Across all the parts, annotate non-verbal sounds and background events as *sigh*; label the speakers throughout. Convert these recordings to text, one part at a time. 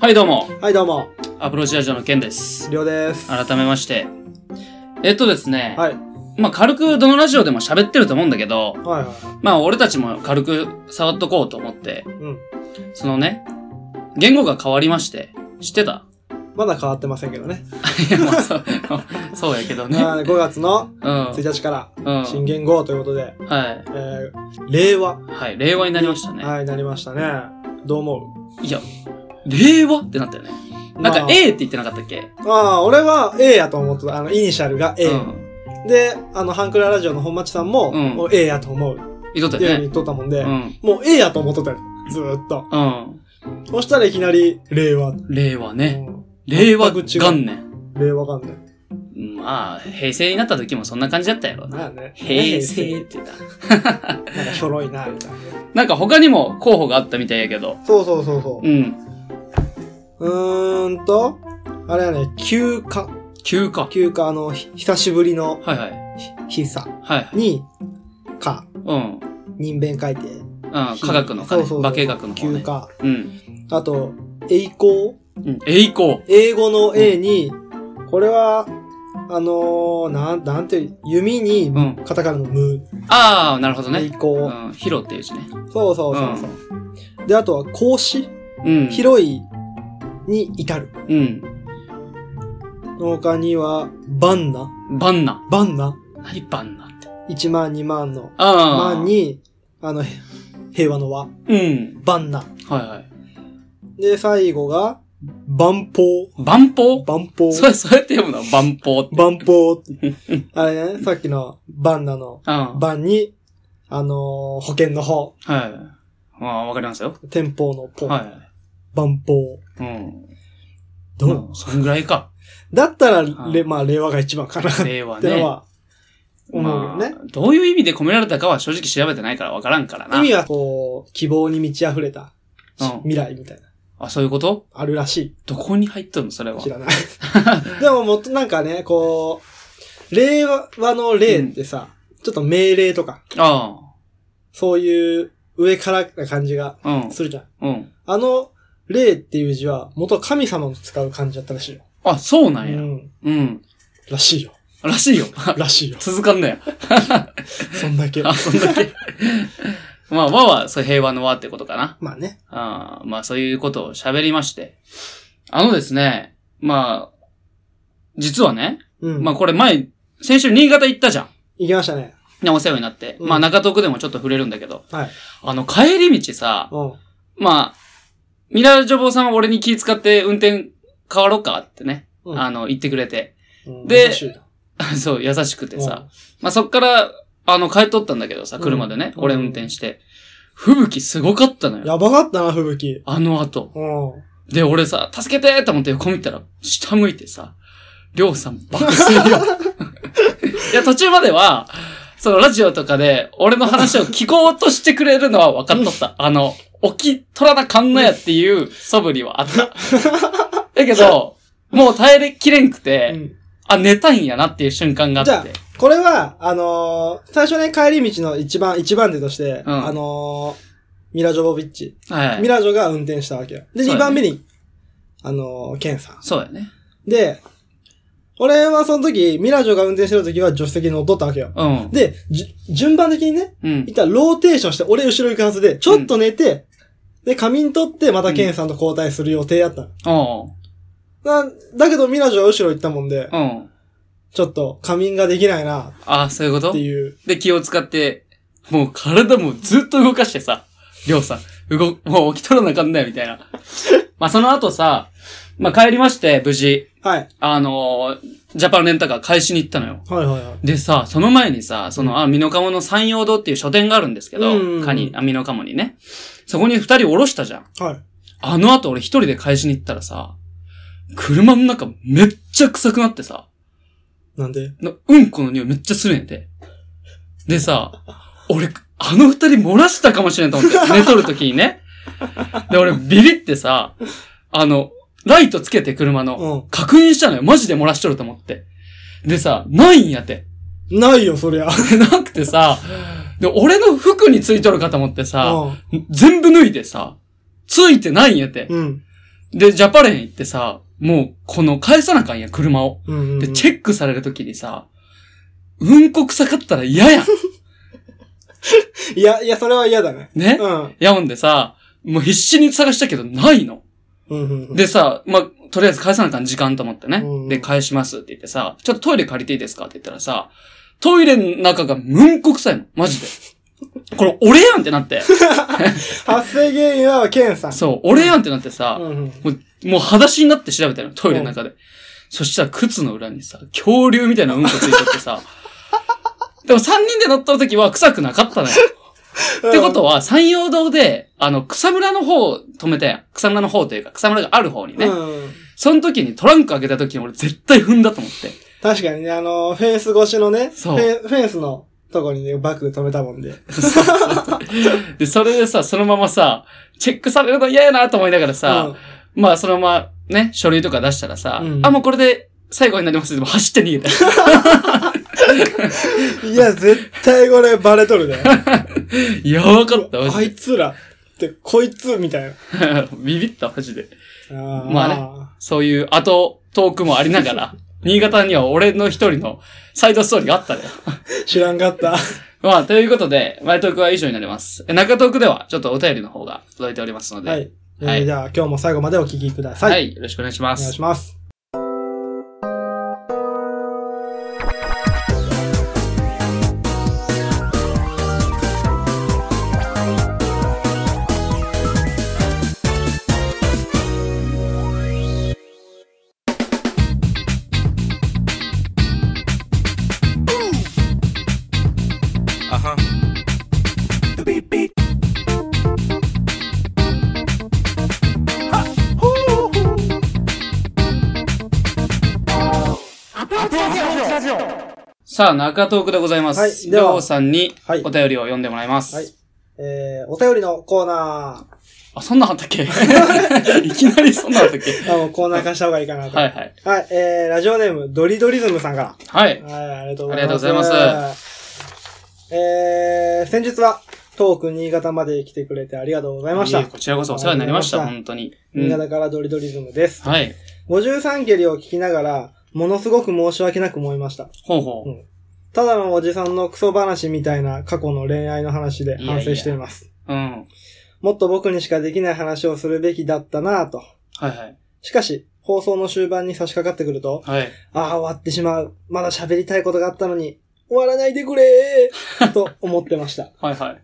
Speaker 1: はい、どうも。
Speaker 2: はい、どうも、
Speaker 1: アプローチラジオのケンです。
Speaker 2: りょうです。
Speaker 1: 改めまして。えっとですね。
Speaker 2: はい、
Speaker 1: まあ、軽くどのラジオでも喋ってると思うんだけど、
Speaker 2: はい、は
Speaker 1: まあ、俺たちも軽く触っとこうと思って、
Speaker 2: い。うん。
Speaker 1: そのね、言語が変わりまして、知ってた *laughs*
Speaker 2: まだ変わってませんけどね。
Speaker 1: いや、まあ、そう、そうやけどね。
Speaker 2: はい5月の
Speaker 1: うん。
Speaker 2: 1日か
Speaker 1: うん
Speaker 2: ら、。新元号ということで、
Speaker 1: は
Speaker 2: えー、令和、
Speaker 1: い。はい。令和になりましたね。
Speaker 2: はい、なりましたね。どう思
Speaker 1: い、や、令和ってなったよね。
Speaker 2: う
Speaker 1: なんか
Speaker 2: まあ
Speaker 1: A って言ってなかったっけ、
Speaker 2: ああ、俺は A やと思ってた。あの、イニシャルが A。
Speaker 1: うん。
Speaker 2: で、あの、ハンクララジオの本町さんも、
Speaker 1: うん
Speaker 2: もう A やと思う。
Speaker 1: 言っと
Speaker 2: っ
Speaker 1: ってたよ
Speaker 2: いうふうに
Speaker 1: ね。
Speaker 2: 言っとったもんで、
Speaker 1: うん。
Speaker 2: もう A やと思っとったよ。ずーっと。
Speaker 1: うん。
Speaker 2: そしたらいきなり、令和。
Speaker 1: 令和ね。
Speaker 2: う
Speaker 1: 令和
Speaker 2: 全く違う
Speaker 1: 元年。
Speaker 2: ん令和元年。
Speaker 1: まあ、平成になった時もそんな感じだったやろな。
Speaker 2: まあね。
Speaker 1: 平成って言った。
Speaker 2: なんかひょろいな、みたいな。
Speaker 1: なんか他にも候補があったみたいやけど。
Speaker 2: そうそうそうそう。
Speaker 1: うん。
Speaker 2: うーんと、あれはね、休暇。
Speaker 1: 休暇。
Speaker 2: 休暇、あの、ひ久しぶりの
Speaker 1: はいはい。
Speaker 2: ひ日さ
Speaker 1: はいはい。
Speaker 2: に、か、
Speaker 1: うん。
Speaker 2: 人弁書いて。
Speaker 1: うん。科学の科
Speaker 2: そう
Speaker 1: ね
Speaker 2: そうそう
Speaker 1: 化学の科
Speaker 2: 休
Speaker 1: ね。
Speaker 2: 暇。
Speaker 1: うん。
Speaker 2: あと、英語
Speaker 1: うん。栄光。
Speaker 2: 英語の A に、これは、あのー、なん、なんていう、弓に、
Speaker 1: うん
Speaker 2: カタカナの無、
Speaker 1: ああ、なるほど
Speaker 2: 英
Speaker 1: ね。う
Speaker 2: 語、
Speaker 1: ん。広っていう字ね。
Speaker 2: そうそうそうそう。で、あとは、孔子、
Speaker 1: うん。
Speaker 2: 広いに至る。
Speaker 1: うん。
Speaker 2: の他には、バンナ、
Speaker 1: バンナ。
Speaker 2: バンナ、
Speaker 1: 何バンナって。
Speaker 2: 1万2万の、
Speaker 1: ああ。
Speaker 2: 万。に、あの、へ *laughs* 平和の和、
Speaker 1: うん。
Speaker 2: 万な。
Speaker 1: はいはい。
Speaker 2: で、最後が、万法、
Speaker 1: 万法
Speaker 2: 万法、
Speaker 1: それ、そうやって読むの万法って。
Speaker 2: 万法。あれね、さっきの万なの、
Speaker 1: うん。
Speaker 2: 万に、あのー保険の方、
Speaker 1: はい。まあ、わかりますよ。
Speaker 2: 天保の法、
Speaker 1: は
Speaker 2: 万法。
Speaker 1: い。うん。
Speaker 2: どう、
Speaker 1: まあそんぐらいか。
Speaker 2: だったら、
Speaker 1: ん
Speaker 2: れまあ、令和が一番かな、って
Speaker 1: 令和
Speaker 2: の
Speaker 1: ね。
Speaker 2: は、思うよね。
Speaker 1: まあどういう意味で込められたかは正直調べてないから分からんからな。
Speaker 2: 意味は、こう、希望に満ち溢れた、し
Speaker 1: うん
Speaker 2: 未来みたいな、
Speaker 1: あ、そういうこと
Speaker 2: あるらしい。
Speaker 1: どこに入っとるのそれは
Speaker 2: 知。らない。 *laughs* でももっとなんかね、こう、令和の令ってさ、ちょっと命令とか、
Speaker 1: あ
Speaker 2: そういう上からな感じが
Speaker 1: あ。うん。
Speaker 2: するじゃん。
Speaker 1: うん。
Speaker 2: あの、令っていう字は、元神様の使う漢字だったらしいよ。
Speaker 1: あ、そうな
Speaker 2: うん
Speaker 1: や。
Speaker 2: ん。
Speaker 1: うん。
Speaker 2: らしいよ。
Speaker 1: らしいよ。。
Speaker 2: らしいよ
Speaker 1: *laughs* 続かんね
Speaker 2: そんだけ
Speaker 1: や。。あ、そんだけ。まあ、和は、そう平和の和ってことかな。
Speaker 2: まあね。
Speaker 1: あーまあ、そういうことを喋りまして。あのですね、まあ、実はね、
Speaker 2: うん。
Speaker 1: まあこれ前、先週新潟行ったじゃん。
Speaker 2: 行きましたね。
Speaker 1: ねお世話になって。
Speaker 2: うん
Speaker 1: まあ中東区でもちょっと触れるんだけど。
Speaker 2: はい。
Speaker 1: あの、帰り道さ、
Speaker 2: うん。
Speaker 1: まあ、ミラージョボさんは俺に気遣って運転変わろうかってね、
Speaker 2: うん
Speaker 1: あの、言ってくれて。 *laughs*
Speaker 2: うん
Speaker 1: で
Speaker 2: らしいよ
Speaker 1: そう、優しくてさ。まあそっから、あの、帰っとったんだけどさ、車でね、
Speaker 2: うん
Speaker 1: 俺運転して。吹雪すごかったの
Speaker 2: うん
Speaker 1: よ。
Speaker 2: やばかったな、吹雪。
Speaker 1: あの後。
Speaker 2: うん。
Speaker 1: で、俺さ、助けてーと思って横見たら、下向いてさ、りょうさん爆睡よ。 *laughs* いや、途中までは、そのラジオとかで、俺の話を聞こうとしてくれるのは分かっとった。あの、起き取らなかんのやっていう *laughs* 素振りはあ
Speaker 2: *laughs*
Speaker 1: った。だけど、もう耐えきれんくて、
Speaker 2: うん
Speaker 1: あ、寝たいんやなっていう瞬間があって。
Speaker 2: これは、あのー最初ね、帰り道の一番、一番手として、
Speaker 1: うん
Speaker 2: あのーミラ・ジョボビッチ。
Speaker 1: はい
Speaker 2: ミ。ラジョが運転したわけよ。で、
Speaker 1: そうだね
Speaker 2: 2番目に、あのーケンさん。
Speaker 1: そうやね。
Speaker 2: で、俺はその時、ミラジョが運転してる時は助手席に乗っとったわけよ。
Speaker 1: うん。
Speaker 2: で、じ順番的にね、
Speaker 1: うん
Speaker 2: い。ったらローテーションして、俺後ろ行くはずで、ちょっと寝て、で、仮眠取って、またケンさんと交代する予定やったの。
Speaker 1: おう
Speaker 2: なだけど、ミラジョは後ろ行ったもんで、
Speaker 1: うん。
Speaker 2: ちょっと仮眠ができないな、
Speaker 1: あ、そういうこと
Speaker 2: っていう。
Speaker 1: で、気を使って、もう体もずっと動かしてさ、りょうさん、動、もう起きとらなあかんだよ、みたいな。まあ、その後さ、まあ、帰りまして、無事、
Speaker 2: はい。
Speaker 1: あのージャパンレンタカー返しに行ったのよ。
Speaker 2: はいはいはい。
Speaker 1: でさ、その前にさ、その、
Speaker 2: うん
Speaker 1: あ、ミノカモの山陽堂っていう書店があるんですけど、
Speaker 2: うんうんうん
Speaker 1: カニ、あ、ミノカモにね。そこに二人降ろしたじゃん。
Speaker 2: はい。
Speaker 1: あの後俺一人で返しに行ったらさ、車の中めっちゃ臭くなってさ、
Speaker 2: なんで
Speaker 1: なうんこの匂いめっちゃするんやて。でさ、俺、あの二人漏らしたかもしれんと
Speaker 2: *laughs*
Speaker 1: 思って、寝とる時にね。で、俺ビビってさ、あの、ライトつけて車の、
Speaker 2: う
Speaker 1: 確認したのよ。マジで漏らしとると思って。でさ、ないんやて。 *laughs*
Speaker 2: ん。ないよ、そりゃ。
Speaker 1: でなくてさ、で、俺の服についとるかと思ってさ、
Speaker 2: う
Speaker 1: 全部脱いでさ、ついてないんやて。
Speaker 2: ん。うん。
Speaker 1: で、ジャパレン行ってさ、もう、この返さなあかんやん、車を。
Speaker 2: うんうんうん。
Speaker 1: で、チェックされるときにさ、うんこ臭かったら嫌
Speaker 2: *laughs*
Speaker 1: やん。
Speaker 2: いや、いや、それは嫌だね。
Speaker 1: ね
Speaker 2: うん。うん
Speaker 1: やもんでさ、もう必死に探したけど、ないの。
Speaker 2: うんうん。
Speaker 1: でさ、まあ、とりあえず返さなあかん時間と思ってね
Speaker 2: うんうん。
Speaker 1: で、返しますって言ってさ、ちょっとトイレ借りていいですかって言ったらさ、トイレの中がむんこ臭いの。マ
Speaker 2: *laughs*
Speaker 1: ジで。これ俺やんってなって。
Speaker 2: 発生原因は、ケンさん。
Speaker 1: そう、俺やんってなって
Speaker 2: う
Speaker 1: さ、
Speaker 2: んうん。
Speaker 1: もう、もう裸足になって調べたの、トイレの中で。そしたら靴の裏にさ、恐竜みたいなうんこついてって
Speaker 2: *laughs*
Speaker 1: さ、でも3人で乗った時は臭くなかったのよ。ってことは、山陽道で、あの、草むらの方を止めたやん。草むらの方というか、草むらがある方にね。
Speaker 2: うん。
Speaker 1: その時にトランク開けた時に俺絶対踏んだと思って。
Speaker 2: 確かにね、あの、フェンス越しのね、フ
Speaker 1: そう
Speaker 2: ェンフェンスのとこにね、バッグ止めたもんで。
Speaker 1: で、それでさ、そのままさ、チェックされるの嫌やなと思いながらさ、まあそのままね、書類とか出したらさ、
Speaker 2: うん
Speaker 1: あ、もうこれで最後になりますでも走って逃げた。 *laughs*
Speaker 2: うん、いや、絶対これバレと
Speaker 1: *laughs*
Speaker 2: るね。
Speaker 1: やばかった、マ
Speaker 2: あ
Speaker 1: ジ
Speaker 2: いつら、って、こいつ、みたいな。
Speaker 1: で。 *laughs* ビビった、マジで。
Speaker 2: あー
Speaker 1: まあそういう後、トークもありながら、新潟には俺の一人のサイドストーリーがあったね。
Speaker 2: 知らんかった。
Speaker 1: まあ、ということで、前トークは以上になります。え中トークでは、ちょっとお便りの方が届いておりますので、
Speaker 2: はい。えー
Speaker 1: はい
Speaker 2: じゃあ、今日も最後までお聞きくださ。
Speaker 1: はいい、よろしくお願いしま
Speaker 2: お願い
Speaker 1: す
Speaker 2: し。ます。
Speaker 1: さあ、中トークでございま
Speaker 2: はい
Speaker 1: す。り
Speaker 2: では
Speaker 1: ょうさんに
Speaker 2: はい
Speaker 1: お便りを読んでもらいます。
Speaker 2: はいえー、お便りのコーナ
Speaker 1: あ、そんなんあった
Speaker 2: *laughs*
Speaker 1: っけいきなりそんなんあったっけ
Speaker 2: ー。あの、コーナー化した方がいいかなと。
Speaker 1: はいはい。
Speaker 2: はい、えー、ラジオネーム、ドリドリズムさんから。
Speaker 1: はい。
Speaker 2: はい、ありがとうご
Speaker 1: あり
Speaker 2: ざい
Speaker 1: がとう
Speaker 2: ま
Speaker 1: ご
Speaker 2: す。
Speaker 1: ざいます
Speaker 2: えー、先日は、東区新潟まで来てくれてありがとうございまし
Speaker 1: い
Speaker 2: た
Speaker 1: えいえ。こちらこそお世話になりました、
Speaker 2: あり
Speaker 1: 本当に。うん
Speaker 2: 新潟からドリドリズムです。
Speaker 1: はい。
Speaker 2: 53蹴りを聞きながら、ものすごく申し訳なく思いました。
Speaker 1: ほうほ
Speaker 2: うんただのおじさんのクソ話みたいな過去の恋愛の話で反省しています。
Speaker 1: う。うん。
Speaker 2: もっと僕にしかできない話をするべきだったなぁと。
Speaker 1: はいはい。
Speaker 2: しかし、放送の終盤に差し掛かってくると、
Speaker 1: はい。
Speaker 2: ああ、終わってしまう。まだ喋りたいことがあったのに、終わらないでくれーと思ってました。
Speaker 1: はいはい。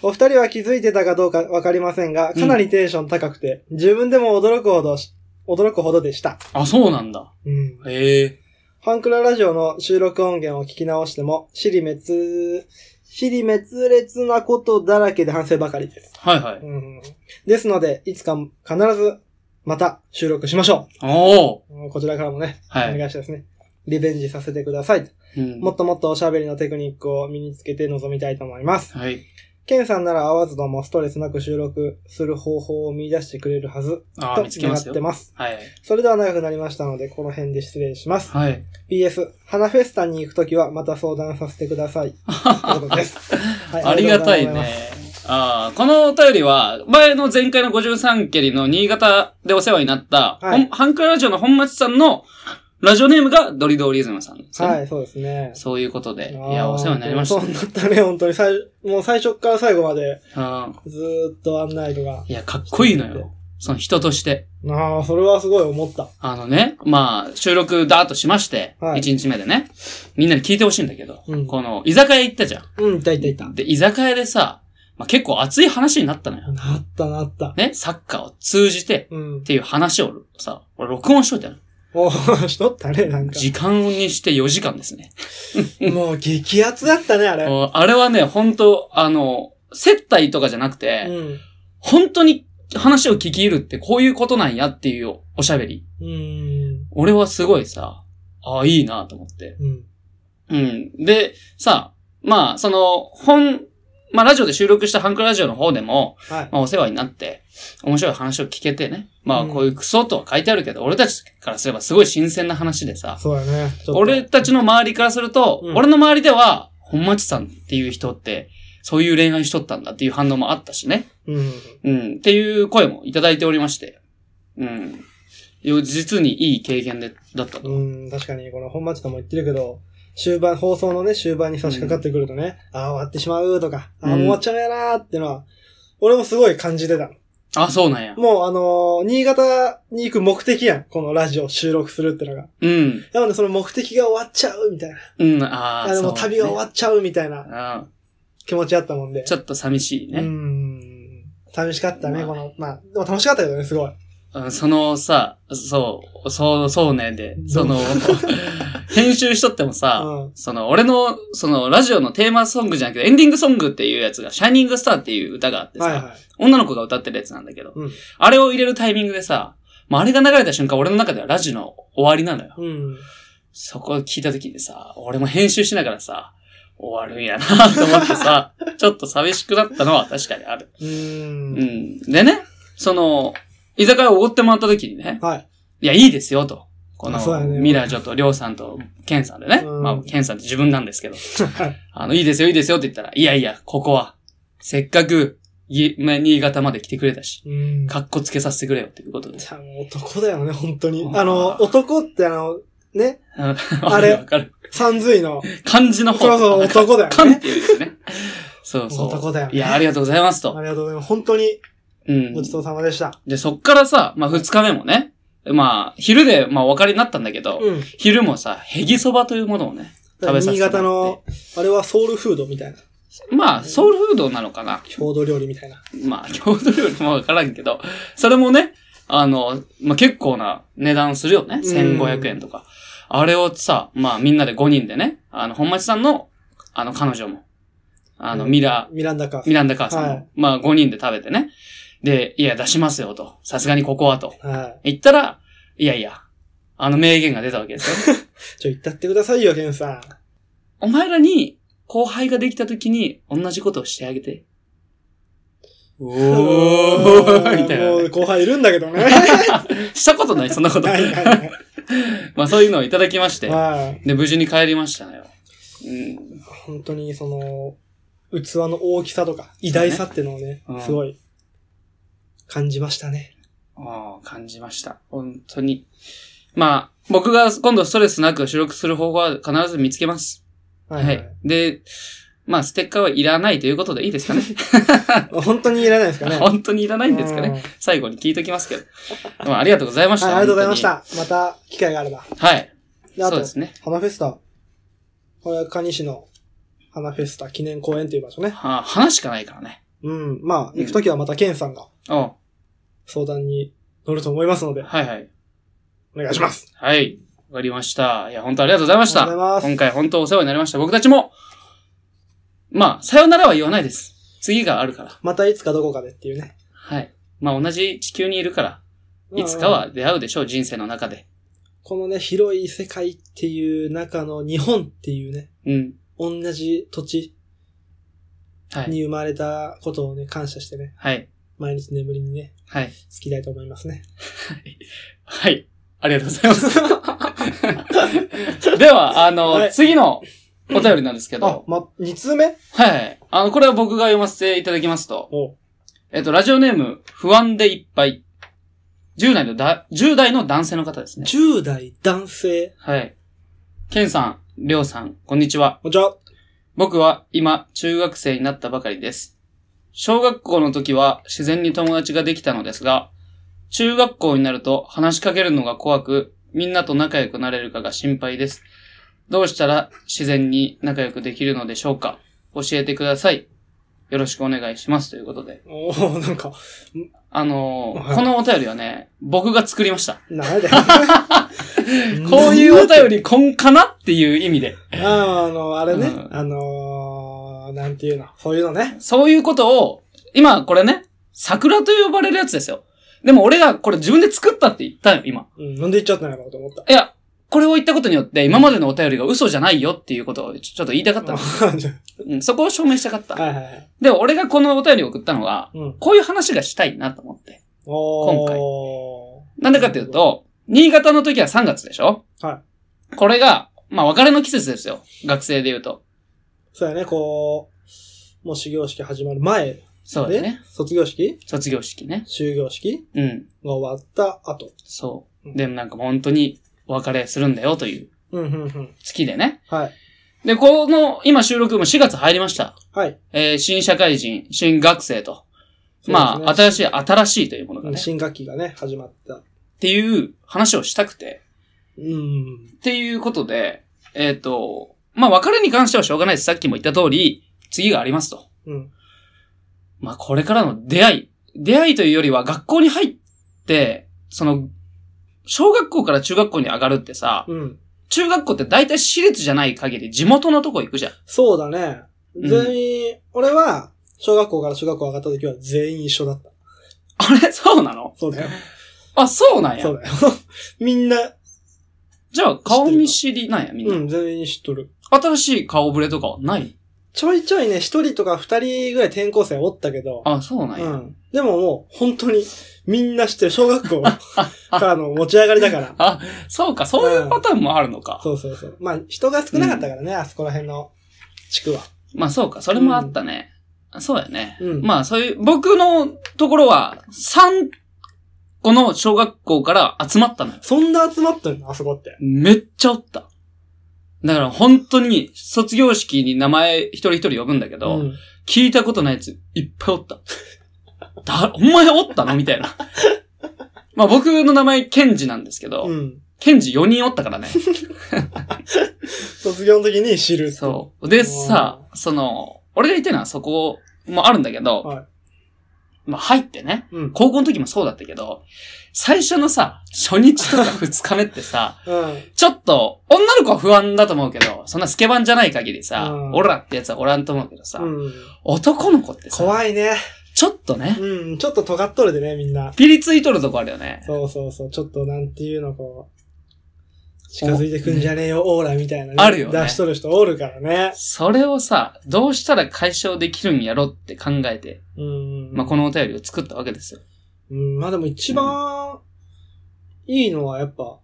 Speaker 2: お二人は気づいてたかどうかわかりませんが、かなりテンション高くて、自分でも驚くほどし、驚くほどでした。
Speaker 1: あ、そうなんだ。
Speaker 2: うん。
Speaker 1: へえ。
Speaker 2: ファンクララジオの収録音源を聞き直しても、尻滅、尻滅裂なことだらけで反省ばかりです。
Speaker 1: はいはい。
Speaker 2: うん。ですので、いつか必ず、また収録しましょ
Speaker 1: おお。
Speaker 2: ううん。こちらからもね、
Speaker 1: はい
Speaker 2: お願いしてですね。リベンジさせてください。
Speaker 1: うん
Speaker 2: もっともっとおしゃべりのテクニックを身につけて臨みたいと思います。
Speaker 1: はい。
Speaker 2: ケンさんなら会わずともストレスなく収録する方法を見出してくれるはず、
Speaker 1: あ
Speaker 2: と
Speaker 1: ー、見つけ
Speaker 2: 願
Speaker 1: ま
Speaker 2: っ
Speaker 1: す
Speaker 2: て
Speaker 1: よ。
Speaker 2: ます。
Speaker 1: はい。
Speaker 2: それでは長くなりましたので、この辺で失礼します。
Speaker 1: はい。
Speaker 2: PS、花フェスタに行くときはまた相談させてください。というこ
Speaker 1: *laughs*
Speaker 2: とです。はい
Speaker 1: ありがたい。
Speaker 2: ありがとうござ
Speaker 1: ね。ああ、このお便りは、前の前回の53蹴りの新潟でお世話になった、
Speaker 2: は
Speaker 1: ほ
Speaker 2: い
Speaker 1: んハンクララジオの本町さんのラジオネームがドリドリズムさんですね。
Speaker 2: はい、そうですね。
Speaker 1: そういうことで。い
Speaker 2: あー
Speaker 1: や、お世話になりまし
Speaker 2: そうなったね、本当に。最もう最初から最後まで、
Speaker 1: た。うん。
Speaker 2: ずーっと案内とか。
Speaker 1: いや、かっこいいのよ。その人として。
Speaker 2: ああ、それはすごい思った。
Speaker 1: あのね、まあ、収録だーっとしまして、
Speaker 2: はい
Speaker 1: 1日目でね、みんなに聞いてほしいんだけど、
Speaker 2: うん
Speaker 1: この、居酒屋行ったじゃん。
Speaker 2: うん、いたいたいた。
Speaker 1: で、居酒屋でさ、まあ、結構熱い話になったのよ。
Speaker 2: なったなった。
Speaker 1: ね、サッカーを通じて、
Speaker 2: うん
Speaker 1: っ。ていう話をさ、俺録音しといたの。
Speaker 2: おー、しとったね、なんか。
Speaker 1: 時間にして4時間ですね。
Speaker 2: もう激アツだったね、あれ。
Speaker 1: もうあれはね、本当あの、接待とかじゃなく
Speaker 2: う
Speaker 1: て、
Speaker 2: ん。
Speaker 1: 本当に話を聞き入るってこういうことなんやっていうおしゃべり。
Speaker 2: うん。
Speaker 1: 俺はすごいさ、ああ、いいなと思って。
Speaker 2: うん。
Speaker 1: うん。で、さ、まあ、その、本、まあ、ラジオで収録したハンクラジオの方でも、
Speaker 2: はい。
Speaker 1: まあ、お世話になって、面白い話を聞けてね。ま
Speaker 2: う
Speaker 1: あ、
Speaker 2: ん
Speaker 1: こういうクソとは書いてあるけど、俺たちからすればすごい新鮮な話でさ、
Speaker 2: そうだね。ちょっと
Speaker 1: 俺、たちの周りからすると、
Speaker 2: うん
Speaker 1: 俺の周りでは、本町さんっていう人って、そういう恋愛しとったんだっていう反応もあったしね。
Speaker 2: うん。
Speaker 1: うん、っていう声もいただいておりまして。うん。よ実にいい経験でだったと。
Speaker 2: うん、確かに、この本町とも言ってるけど、終盤、放送のね、終盤に差し掛かってくるとね、ああ、終わってしまうとか、ああ、もう終わっちゃうやなーってのは、俺もすごい感じてたの。
Speaker 1: あ、そうなんや。
Speaker 2: もう、あのー新潟に行く目的やん。このラジオ収録するってのが。
Speaker 1: うん。
Speaker 2: なので、その目的が終わっちゃうみたいな。
Speaker 1: うん、あ
Speaker 2: あ
Speaker 1: あ。
Speaker 2: でも、
Speaker 1: そう
Speaker 2: 旅が終わっちゃうみたい
Speaker 1: ね
Speaker 2: な
Speaker 1: あ
Speaker 2: 気持ちあったもんで
Speaker 1: ー。ちょっと寂しいうね。
Speaker 2: ん。寂しかったね、
Speaker 1: ま
Speaker 2: こ
Speaker 1: あ
Speaker 2: の、まあ、でも楽しかったけどね、すごい。
Speaker 1: うんそのさ、そう、そう、そうねで、そ
Speaker 2: *laughs*
Speaker 1: の、編集しとってもさ、
Speaker 2: うん
Speaker 1: その、俺の、その、ラジオのテーマソングじゃなくて、エンディングソングっていうやつが、シャイニングスターっていう歌があってさ、
Speaker 2: はいはい。
Speaker 1: 女の子が歌ってるやつなんだけど、
Speaker 2: うん
Speaker 1: あれを入れるタイミングでさ、まあ、あれが流れた瞬間、俺の中ではラジオの終わりなのよ。
Speaker 2: うん。
Speaker 1: そこを聞いた時にさ、俺も編集しながらさ、終わるんやなと思って
Speaker 2: *laughs*
Speaker 1: さ、ちょっと寂しくなったのは確かにある。
Speaker 2: う。
Speaker 1: うんん。でね、その、居酒屋をおごってもらった時にね、
Speaker 2: はい。 *laughs*
Speaker 1: いや、いいですよ、と。この
Speaker 2: あそうだ、ね
Speaker 1: ミラージョと、りょうさんと、ケンさんでね。
Speaker 2: うん
Speaker 1: まあ、ケンさんって自分なんですけど。
Speaker 2: はい
Speaker 1: あの、いいですよ、いいですよって言ったら、いやいや、ここは、せっかく、いまあ新潟まで来てくれたし、
Speaker 2: うん。
Speaker 1: かっこつけさせてくれよ、ということで。 *laughs*
Speaker 2: じゃあもう男だよね、本当に
Speaker 1: う。ん
Speaker 2: あの、男ってあの、ね、
Speaker 1: あ
Speaker 2: れ
Speaker 1: わかる。
Speaker 2: 三髄の、
Speaker 1: *laughs* 漢字の方。
Speaker 2: そうそう男だよね
Speaker 1: 漢っていうんですね。そう *laughs* そう。
Speaker 2: 男だよね
Speaker 1: いや、ありがとうございます
Speaker 2: あ
Speaker 1: と。
Speaker 2: りがとうございます。本当に
Speaker 1: うん
Speaker 2: ご。ちそうさまでした。
Speaker 1: で、そっからさ、まあ、二日目もね、まあ、昼で、まあ、お別れになったんだけど、
Speaker 2: うん。
Speaker 1: 昼もさ、へぎそばというものをね、食べさせて
Speaker 2: 新
Speaker 1: もらって
Speaker 2: 潟の、あれはソウルフードみたいな。
Speaker 1: まあ、ソウルフードなのかな。
Speaker 2: 郷土料理みたいな。
Speaker 1: まあ、 *laughs* 郷土料理もわからんけど、それもね、あの、まあ結構な値段するよね。1500円とか。あれをさ、まあみんなで5人でね、あの、本町さんの、あの、彼女も、あの、ミラ、
Speaker 2: ミランダか。
Speaker 1: ミランダ母さんも、
Speaker 2: はい
Speaker 1: まあ5人で食べてね。で、いや、出しますよと。さすがにここはと。
Speaker 2: は
Speaker 1: 言ったら、いやいや、あの名言が出たわけですよ。
Speaker 2: い。ちょ、行ったってくださいよ、ケンさん。
Speaker 1: お前らに、後輩ができた時に、同じことをしてあげて。お
Speaker 2: *laughs*
Speaker 1: ー、 *laughs* みたいなね、
Speaker 2: もう後輩いるんだけ
Speaker 1: *laughs*
Speaker 2: どね。
Speaker 1: したこと
Speaker 2: *laughs*
Speaker 1: ない、そんなこと。 *laughs*
Speaker 2: はいはい
Speaker 1: まあそういうのをいただきまして、
Speaker 2: はい。はい。
Speaker 1: で、無事に帰りましたのよ。うん。
Speaker 2: 本当にその、器の大きさとか、偉大さってのをね
Speaker 1: うん、
Speaker 2: すごい、感じましたね。
Speaker 1: ああ、感じました。本当に。まあ、僕が今度ストレスなく収録する方法は必ず見つけます。
Speaker 2: は
Speaker 1: はいい、
Speaker 2: はい、
Speaker 1: で、まあ、ステッカーはいらないということでいいですかね。
Speaker 2: 本当にいらないで
Speaker 1: *laughs*
Speaker 2: すかね。
Speaker 1: 本当にいらないんですか
Speaker 2: うん
Speaker 1: ね。最後に聞いときますけど。まあ、ありがとうございました。
Speaker 2: はい、ありがとうございました。また、機会があれば。
Speaker 1: 本当に。はい。
Speaker 2: であ
Speaker 1: そうで、
Speaker 2: と
Speaker 1: すね。
Speaker 2: 花フェスタ。これは蟹市の花フェスタ記念公園という場所ね。
Speaker 1: はあ、話しかないからね。
Speaker 2: うん。まあ、
Speaker 1: うん
Speaker 2: 行くときはまたケンさんが
Speaker 1: おう
Speaker 2: 相談に乗ると思いますので、
Speaker 1: はいはい。
Speaker 2: お願いします。
Speaker 1: はい。わかりました。いや、本当ありがとうございました。
Speaker 2: ありがとうございます
Speaker 1: 今回本当お世話になりました。僕たちも、まあ、さよならは言わないです。次があるから。
Speaker 2: またいつかどこかでっていうね。
Speaker 1: はい。まあ、同じ地球にいるから、
Speaker 2: うん
Speaker 1: いつか。は出会うでしょう、人生の中で。
Speaker 2: このね、広い世界っていう中の日本っていうね、
Speaker 1: うん。
Speaker 2: 同じ土地
Speaker 1: はい。
Speaker 2: に生まれたことをね、感謝してね、
Speaker 1: はい。
Speaker 2: 毎日眠りにね、
Speaker 1: はい。
Speaker 2: 好きたいと思いますね。
Speaker 1: はい。ありがとうございます。 *laughs* では、あの、
Speaker 2: はい
Speaker 1: 次のお便りなんですけ
Speaker 2: あ
Speaker 1: ど、、
Speaker 2: ま、二通目
Speaker 1: はい。あの、これは僕が読ませていただきますと、
Speaker 2: お
Speaker 1: えっと、ラジオネーム、不安でいっぱい。10代のだ、10代の男性の方ですね。
Speaker 2: 10代男性。
Speaker 1: はい。ケンさん、りょうさん、こんにちは。
Speaker 2: こんにちは。
Speaker 1: 僕は今、中学生になったばかりです。小学校の時は自然に友達ができたのですが、中学校になると話しかけるのが怖く、みんなと仲良くなれるかが心配です。どうしたら自然に仲良くできるのでしょうか教えてください。よろしくお願いします。ということで。
Speaker 2: おー、なんか、
Speaker 1: あのー
Speaker 2: はい
Speaker 1: このお便りはね、僕が作りました。
Speaker 2: なんだよ。 *laughs*
Speaker 1: こういうお便りこんかなっていう意味で。
Speaker 2: あーあの、あれね、
Speaker 1: うん
Speaker 2: あのー、なんていうの、そういうのね。
Speaker 1: そういうことを、今これね、桜と呼ばれるやつですよ。でも俺がこれ自分で作ったって言ったよ、今。
Speaker 2: うん、なんで言っちゃったのかと思った。
Speaker 1: いや、これを言ったことによって、今までのお便りが嘘じゃないよっていうことをちょちょっと言いたか
Speaker 2: *laughs*
Speaker 1: ったの。うん、そこを証明したかった。
Speaker 2: はいはいはい。
Speaker 1: で、俺がこのお便りを送ったのは、
Speaker 2: うん。
Speaker 1: こういう話がしたいなと思って。
Speaker 2: お
Speaker 1: なんでかっていうと、新潟の時は3月でしょ
Speaker 2: 回。はい。
Speaker 1: これが、まあ別れの季節ですよ。学生で言うと。
Speaker 2: そうやね、こう、もう始業式始まる前
Speaker 1: そうだ
Speaker 2: で
Speaker 1: ね。
Speaker 2: 卒業式
Speaker 1: 卒業式ね。
Speaker 2: 終業式
Speaker 1: うん。
Speaker 2: が終わった後。
Speaker 1: そう。でもなんか本当にお別れするんだよという
Speaker 2: うん、うん、うん。
Speaker 1: 月でね。
Speaker 2: はい。
Speaker 1: で、この、今収録も4月入りました。
Speaker 2: はい。
Speaker 1: えー新社会人、新学生と。まあ、
Speaker 2: そうですね
Speaker 1: 新しい、新しいというものがね。っ
Speaker 2: 新学期がね、始まった。
Speaker 1: ていう話をしたくて。
Speaker 2: うん。
Speaker 1: っていうことで、えっ、と、まあ、別れに関してはしょうがないです。さっきも言った通り、次がありますと。
Speaker 2: うん。
Speaker 1: まあ、これからの出会い。出会いというよりは、学校に入って、その、小学校から中学校に上がるってさ、
Speaker 2: うん。
Speaker 1: 中学校って大体私立じゃない限り地元のとこ行くじゃん。
Speaker 2: そうだね。
Speaker 1: うん
Speaker 2: 全員、俺は、小学校から中学校上がった時は全員一緒だった。
Speaker 1: あれそうなの
Speaker 2: そうだよ。
Speaker 1: あ、そうなんや
Speaker 2: そう。だよ。 *laughs* みんな、
Speaker 1: じゃあ、顔見知りなんや、みんな。
Speaker 2: うん、全員知っとる。
Speaker 1: 新しい顔ぶれとかはない
Speaker 2: ちょいちょいね、一人とか二人ぐらい転校生おったけど、
Speaker 1: あ、そうなんや。
Speaker 2: うん。でももう、本当に、みんな知ってる。小学
Speaker 1: *laughs*
Speaker 2: 校からの持ち上がりだから。
Speaker 1: あ、そうか、そういうパターンもあるのか。
Speaker 2: そうそうそう。まあ、人が少なかったからね、あそこら辺の地区は。
Speaker 1: まあ、そうか、それもあったね。そうやね。
Speaker 2: うん
Speaker 1: まあ、そういう、僕のところは、3個の小学校から集まったのよ。
Speaker 2: そんな集まってんのあそこって。
Speaker 1: めっちゃおった。だから本当に卒業式に名前一人一人呼ぶんだけど、
Speaker 2: ん。
Speaker 1: 聞いたことないやついっぱいおった。だ、お前おったのみたい
Speaker 2: *laughs*
Speaker 1: な。まあ僕の名前、ケンジなんですけど、
Speaker 2: うん。
Speaker 1: ケンジ4人おったからね。
Speaker 2: 卒業の時に知る。
Speaker 1: そう。でさ、その、俺が言ってるのはそこもあるんだけど、
Speaker 2: はい
Speaker 1: まあ入ってね、
Speaker 2: う。うん。
Speaker 1: 高校の時もそうだったけど、最初のさ、初日とか2日目ってさ、 *laughs*
Speaker 2: うん。
Speaker 1: ちょっと、女の子は不安だと思うけど、そんなスケバンじゃない限りさ、
Speaker 2: うん
Speaker 1: オラってやつはおらんと思うけどさ、
Speaker 2: うん。
Speaker 1: 男の子ってさ、
Speaker 2: 怖いね。
Speaker 1: ちょっとね、
Speaker 2: うん。ちょっと尖っとるでね、みんな。
Speaker 1: ピリついとるとこあるよね。
Speaker 2: そうそうそう。ちょっと、なんていうの、こう。近づいてくんじゃねえよ、オーラみたいな、
Speaker 1: あるよね
Speaker 2: 出しとる人おるからね。
Speaker 1: それをさ、どうしたら解消できるんやろって考えて、
Speaker 2: うん。
Speaker 1: まあ、このお便りを作ったわけですよ。
Speaker 2: うん、まあでも一番いいのはやっぱ、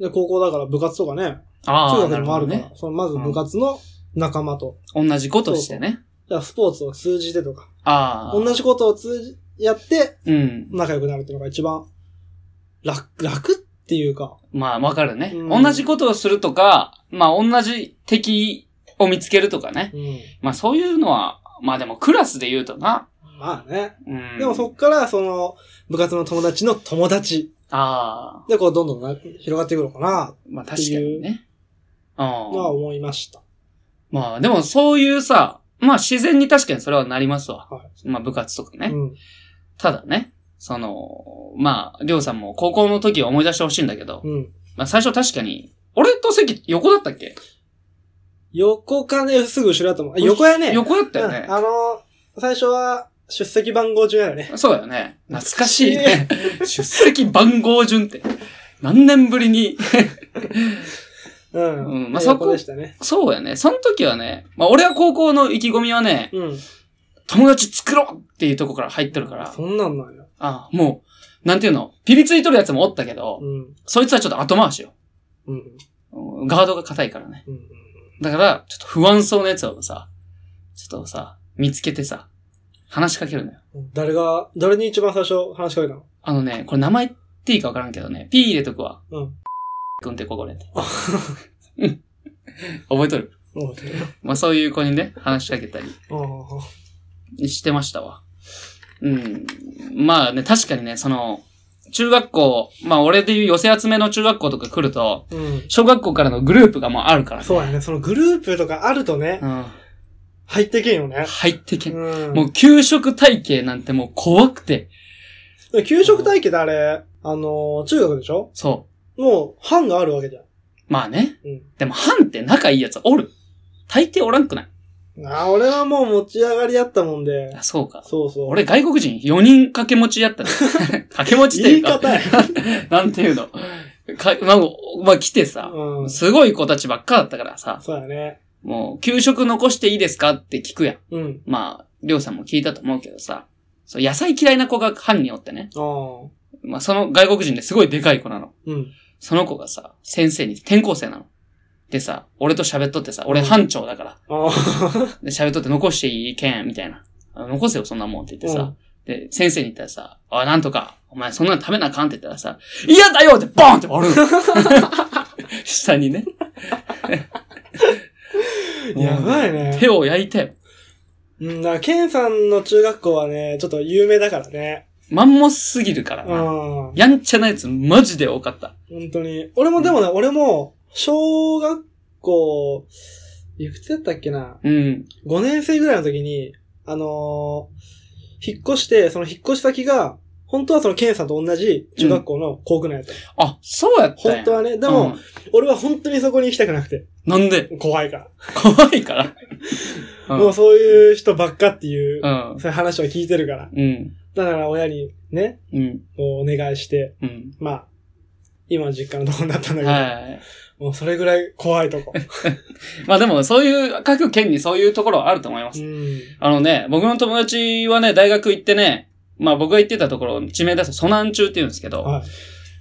Speaker 2: で高校だから部活とかね、
Speaker 1: あ
Speaker 2: 中
Speaker 1: あ、な
Speaker 2: 学で
Speaker 1: る
Speaker 2: も
Speaker 1: ほ
Speaker 2: あ
Speaker 1: ど
Speaker 2: るから、
Speaker 1: ね。
Speaker 2: そのまず部活の仲間と、
Speaker 1: 同じことしてね。
Speaker 2: だからスポーツを通じてとか、
Speaker 1: ああ。
Speaker 2: 同じことを通じ、やって
Speaker 1: うん。
Speaker 2: 仲良くなるっていうのが一番楽、楽っていうか、
Speaker 1: まあ、わかるね、
Speaker 2: うん
Speaker 1: 同じことをするとか、まあ、同じ敵を見つけるとかね。
Speaker 2: うん。
Speaker 1: まあ、そういうのは、まあでも、クラスで言うとな。
Speaker 2: まあね。
Speaker 1: うん。
Speaker 2: でもそっからその部活の友達の友達
Speaker 1: ああ。
Speaker 2: でこうどんどんな広がっていくのかな、
Speaker 1: まあ、確かにね。あ
Speaker 2: とは
Speaker 1: あ。
Speaker 2: 思いました。
Speaker 1: まあ、でも、そういうさ、まあ、自然に確かにそれはなりますわ。
Speaker 2: は
Speaker 1: まあ、部活とかね。
Speaker 2: うん。
Speaker 1: ただね、その、まあ、りょうさんも高校の時を思い出してほしいんだけど、
Speaker 2: うん。
Speaker 1: まあ、最初確かに、俺と席横だったっけ
Speaker 2: 横かね、すぐ後ろだと思う。あ横やね。
Speaker 1: 横だったよね
Speaker 2: うん。あの、最初は出席番号順やよね。
Speaker 1: そうだよね。懐かしいね。出席番号順って。何年ぶりに。
Speaker 2: うん。
Speaker 1: うんまあそこ
Speaker 2: 横でしたね。
Speaker 1: そうやね。その時はね、まあ俺は高校の意気込みはね、
Speaker 2: うん。
Speaker 1: 友達作ろうっていうとこから入ってるから、
Speaker 2: そんなんなんや。
Speaker 1: あもう、なんていうの、ピリついとるやつもおったけど、
Speaker 2: うん。
Speaker 1: そいつはちょっと後回しよ。
Speaker 2: うん。うん。
Speaker 1: うんガードが硬いからね。
Speaker 2: うん
Speaker 1: だから、ちょっと不安そうなやつをさ、ちょっとさ、見つけてさ、話しかけるのよ。
Speaker 2: うん。誰が、誰に一番最初話しかけたの
Speaker 1: あのね、これ名前言っていいかわからんけどね、P 入れとくわ。
Speaker 2: うん。
Speaker 1: くんってここね。うん覚えとる。
Speaker 2: おう
Speaker 1: まあそういう子にね、話しかけた
Speaker 2: おう
Speaker 1: りしてましたわ。うん。まあね、確かにね、その、中学校、まあ俺でいう寄せ集めの中学校とか来ると、
Speaker 2: うん。
Speaker 1: 小学校からのグループがもうあるからね。
Speaker 2: そうやね。そのグループとかあるとね
Speaker 1: う、ん。
Speaker 2: 入ってけん
Speaker 1: *laughs*
Speaker 2: よね。
Speaker 1: 入ってけん。
Speaker 2: うん。
Speaker 1: もう給食体系なんてもう怖くて、
Speaker 2: う、給食体系であれ、あのー、中学でしょ
Speaker 1: そ
Speaker 2: もう、班があるわけじゃん。
Speaker 1: う。まあね。
Speaker 2: うん
Speaker 1: でも、班って仲いいやつおる。大抵おらんくない
Speaker 2: あー、俺はもう持ち上がりやったもんで。
Speaker 1: あ、そうか。
Speaker 2: そうそう。
Speaker 1: 俺、外国人4人掛け持ちや
Speaker 2: *laughs*
Speaker 1: ったの。掛け持ちってい
Speaker 2: 言
Speaker 1: うか、
Speaker 2: い方や。
Speaker 1: *laughs* なんていうの。かまあ、まあ、来てさ、
Speaker 2: うん。
Speaker 1: すごい子たちばっかだったからさ、
Speaker 2: そうやね。
Speaker 1: もう、給食残していいですかって聞くやん。
Speaker 2: うん。
Speaker 1: まあ、りょうさんも聞いたと思うけどさ、そう野菜嫌いな子が班におってね。
Speaker 2: ああ。
Speaker 1: まあ、その外国人ですごいでかい子なの。
Speaker 2: うん。
Speaker 1: その子がさ、先生に転校生なの。でさ、俺と喋っとってさ、俺
Speaker 2: うん
Speaker 1: 班長だから。
Speaker 2: ああ。
Speaker 1: で、喋っとって残していいけん、みたいな。あの残せよ、そんなもんって言って
Speaker 2: う
Speaker 1: さ
Speaker 2: ん。
Speaker 1: で、先生に言ったらさ、あ、なんとか、お前そんなの食べなあかんって言ったらさ、嫌だよってボーンって割る
Speaker 2: *laughs*
Speaker 1: の。下にね。
Speaker 2: やばいね
Speaker 1: 手を焼いてよ。
Speaker 2: うん、だから、ケンさんの中学校はね、ちょっと有名だからね。
Speaker 1: マンモスすぎるから
Speaker 2: うん。
Speaker 1: な。
Speaker 2: 本
Speaker 1: やんちゃなやつマジで多かった。
Speaker 2: 当に。俺もでもね、俺も、小学校、いくつやったっけな
Speaker 1: うん。
Speaker 2: 5年生ぐらいの時に、あのー引っ越して、その引っ越し先が、本当はそのケンさんと同じ中学校の校区内だった。
Speaker 1: あ、そうやったんや
Speaker 2: 本当はね、でも、、俺は本当にそこに行きたくなくて、
Speaker 1: うんなんで
Speaker 2: 怖いから。
Speaker 1: 怖いから。うん
Speaker 2: *laughs* もうそういう人ばっかっていう、
Speaker 1: うん。
Speaker 2: そういう話を聞いてるから。
Speaker 1: うん。
Speaker 2: だから親にね、
Speaker 1: うん。
Speaker 2: もうお願いして、
Speaker 1: うん。
Speaker 2: まあ、今の実家のとこになったんだけど、
Speaker 1: はい。
Speaker 2: もうそれぐらい怖いと
Speaker 1: *laughs*
Speaker 2: こ。
Speaker 1: まあでも、そういう、各県にそういうところはあると思いま
Speaker 2: う
Speaker 1: す。
Speaker 2: ん。
Speaker 1: あのね、僕の友達はね、大学行ってね、まあ僕が行ってたところ、地名出すと、ソナン中って言うんですけど、
Speaker 2: は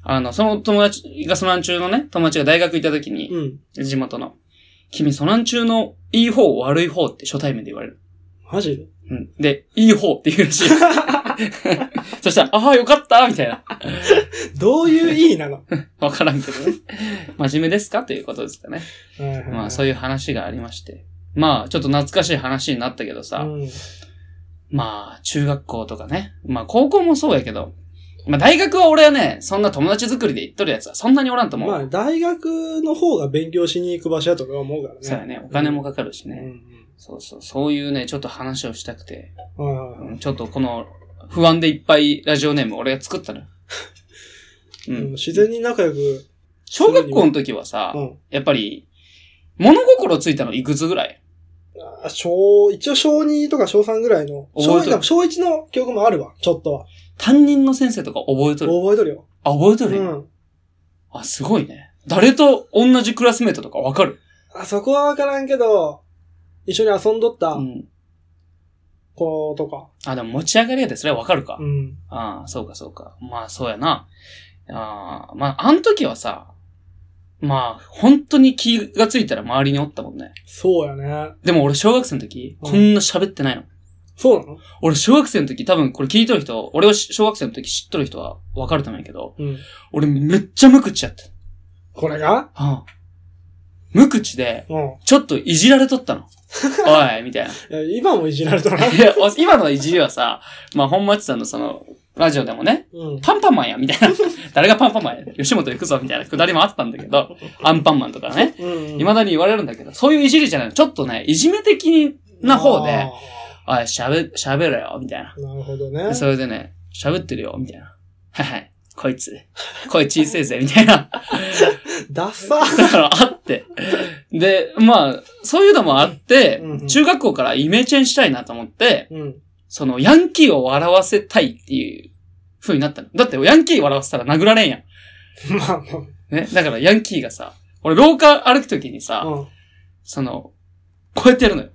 Speaker 1: あの、その友達がソナン中のね、友達が大学行った時
Speaker 2: い。
Speaker 1: に、
Speaker 2: うん。
Speaker 1: 地元の、君、ソナン中のいい方、悪い方って初対面で言われる。
Speaker 2: マジで
Speaker 1: うん。で、いい方って言うら
Speaker 2: *laughs*
Speaker 1: しい。そしたら、ああ、よかったみたいな。
Speaker 2: どういう意
Speaker 1: *laughs*
Speaker 2: 味なのは
Speaker 1: わからんけどね。真面目ですかということですかね。
Speaker 2: いはいはい
Speaker 1: まあ、そういう話がありまして。まあ、ちょっと懐かしい話になったけどさ、
Speaker 2: うん
Speaker 1: まあ、中学校とかね。まあ、高校もそうやけど、まあ、大学は俺はね、そんな友達作りで行っとるやつはそんなにおらんと思う。
Speaker 2: まあ、大学の方が勉強しに行く場所だと俺は思うからね。
Speaker 1: そうやね。お金もかかるし
Speaker 2: う
Speaker 1: ね。
Speaker 2: ん
Speaker 1: そうそう。そういうね、ちょっと話をしたくて、
Speaker 2: うん。はいはいは
Speaker 1: う
Speaker 2: い
Speaker 1: んちょっとこの、不安でいっぱいラジオネーム俺が作った
Speaker 2: *laughs*
Speaker 1: のよ。う
Speaker 2: うん
Speaker 1: ん。
Speaker 2: 自然に仲良く。
Speaker 1: 小学校の時はさ、
Speaker 2: うん。
Speaker 1: やっぱり、物心ついたのいくつぐらい
Speaker 2: あ小、一応小2とか小3ぐらいの。小
Speaker 1: 覚えとる
Speaker 2: 1小一の記憶もあるわ。ちょっとは。
Speaker 1: 担任の先生とか覚えとる
Speaker 2: 覚えとるよ。
Speaker 1: あ、覚えと
Speaker 2: う
Speaker 1: る、
Speaker 2: ん。
Speaker 1: あ、すごいね。誰と同じクラスメートとかわかる
Speaker 2: あそこはわからんけど、一緒に遊んどった
Speaker 1: うん。
Speaker 2: 子とか。
Speaker 1: あ、でも持ち上がりやで、それはわかるか。
Speaker 2: うん。
Speaker 1: ああ、そうかそうか。まあ、そうやな。ああ、まあ、あの時はさ、まあ、本当に気がついたら周りにおったもんね。
Speaker 2: そうやね。
Speaker 1: でも俺小学生の時、
Speaker 2: うん
Speaker 1: こんな喋ってないの。
Speaker 2: そうなの
Speaker 1: 俺小学生の時、多分これ聞いとる人、俺を小学生の時知っとる人はわかると思うんやけど、
Speaker 2: うん。
Speaker 1: 俺めっちゃ無口やった。
Speaker 2: これが
Speaker 1: はあ、無口で、
Speaker 2: うん。
Speaker 1: ちょっといじられとった
Speaker 2: *laughs*
Speaker 1: の。おい、みたいな。
Speaker 2: いや今もいじられた
Speaker 1: *laughs*
Speaker 2: な。
Speaker 1: いやお今のいじりはさ、まあ、本町さんのその、ラジオでもね、
Speaker 2: うん。
Speaker 1: パンパンマンや、みた
Speaker 2: *laughs*
Speaker 1: いな。誰がパンパンマンや、吉本行くぞ、みたいなくだりもあったんだけど、アンパンマンとかね、
Speaker 2: うん。
Speaker 1: 未だに言われるんだけど、そういういじりじゃないの。ちょっとね、いじめ的な方で、おい、喋、喋れよ、みたいな
Speaker 2: あ。ー。なるほどね
Speaker 1: で。それでね、喋ってるよ、みたいな。はいはい、こいつ、声小せえぜ、みたいな。
Speaker 2: ダッサ
Speaker 1: だからあって。で、まあ、そういうのもあって
Speaker 2: うんうん、
Speaker 1: 中学校からイメチェンしたいなと思って、
Speaker 2: うん。
Speaker 1: そのヤンキーを笑わせたいっていう風になったの。だってヤンキー笑わせたら殴られんやん。
Speaker 2: まあ
Speaker 1: ね。だからヤンキーがさ、俺廊下歩くときに
Speaker 2: まあ。
Speaker 1: さ、
Speaker 2: うん。
Speaker 1: その、こうやってやるのよ。